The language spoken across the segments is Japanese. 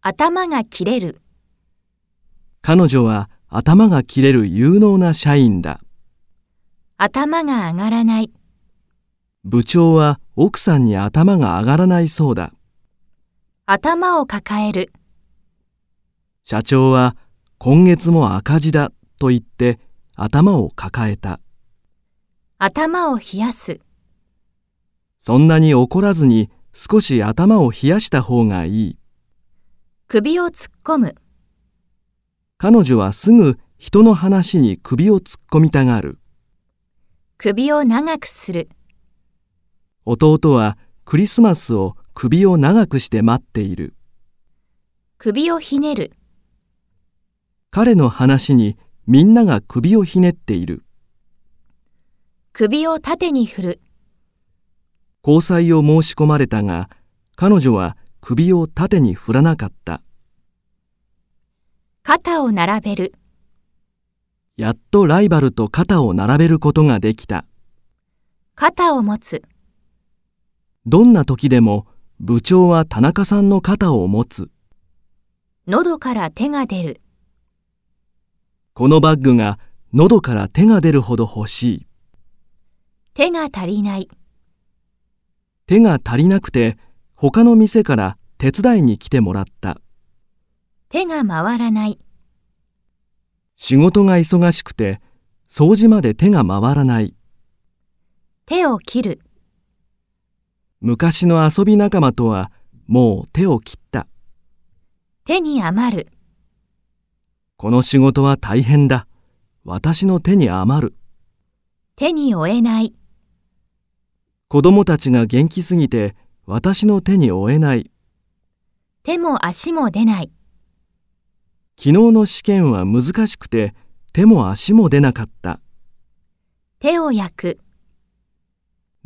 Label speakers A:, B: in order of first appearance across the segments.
A: 頭が切れる、
B: 彼女は頭が切れる有能な社員だ。
A: 頭が上がらない、
B: 部長は奥さんに頭が上がらないそうだ。
A: 頭を抱える、
B: 社長は今月も赤字だと言って頭を抱えた。
A: 頭を冷やす、
B: そんなに怒らずに少し頭を冷やした方がいい。
A: 首を突っ込む、
B: 彼女はすぐ人の話に首を突っ込みたがる。
A: 首を長くする、
B: 弟はクリスマスを首を長くして待っている。
A: 首をひねる、
B: 彼の話にみんなが首をひねっている。
A: 首を縦に振る、
B: 交際を申し込まれたが、彼女は首を縦に振らなかった。
A: 肩を並べる、
B: やっとライバルと肩を並べることができた。
A: 肩を持つ、
B: どんな時でも部長は田中さんの肩を持つ。
A: 喉から手が出る、
B: このバッグが喉から手が出るほど欲しい。
A: 手が足りない、
B: 手が足りなくて他の店から手伝いに来てもらった。
A: 手が回らない、
B: 仕事が忙しくて掃除まで手が回らない。
A: 手を切る、
B: 昔の遊び仲間とはもう手を切った。
A: 手に余る、
B: この仕事は大変だ。私の手に余る。
A: 手に負えない、
B: 子供たちが元気すぎて私の手に負えない。
A: 手も足も出ない、
B: 昨日の試験は難しくて手も足も出なかった。
A: 手を焼く、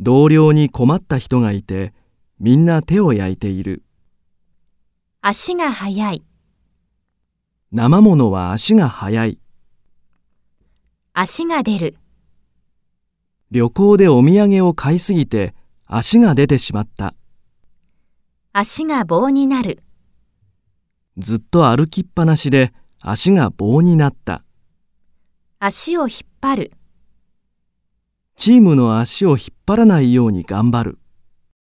B: 同僚に困った人がいてみんな手を焼いている。
A: 足が速い、
B: 生ものは足が速い。
A: 足が出る、
B: 旅行でお土産を買いすぎて足が出てしまった。
A: 足が棒になる、
B: ずっと歩きっぱなしで足が棒になった。
A: 足を引っ張る。
B: チームの足を引っ張らないように頑張る。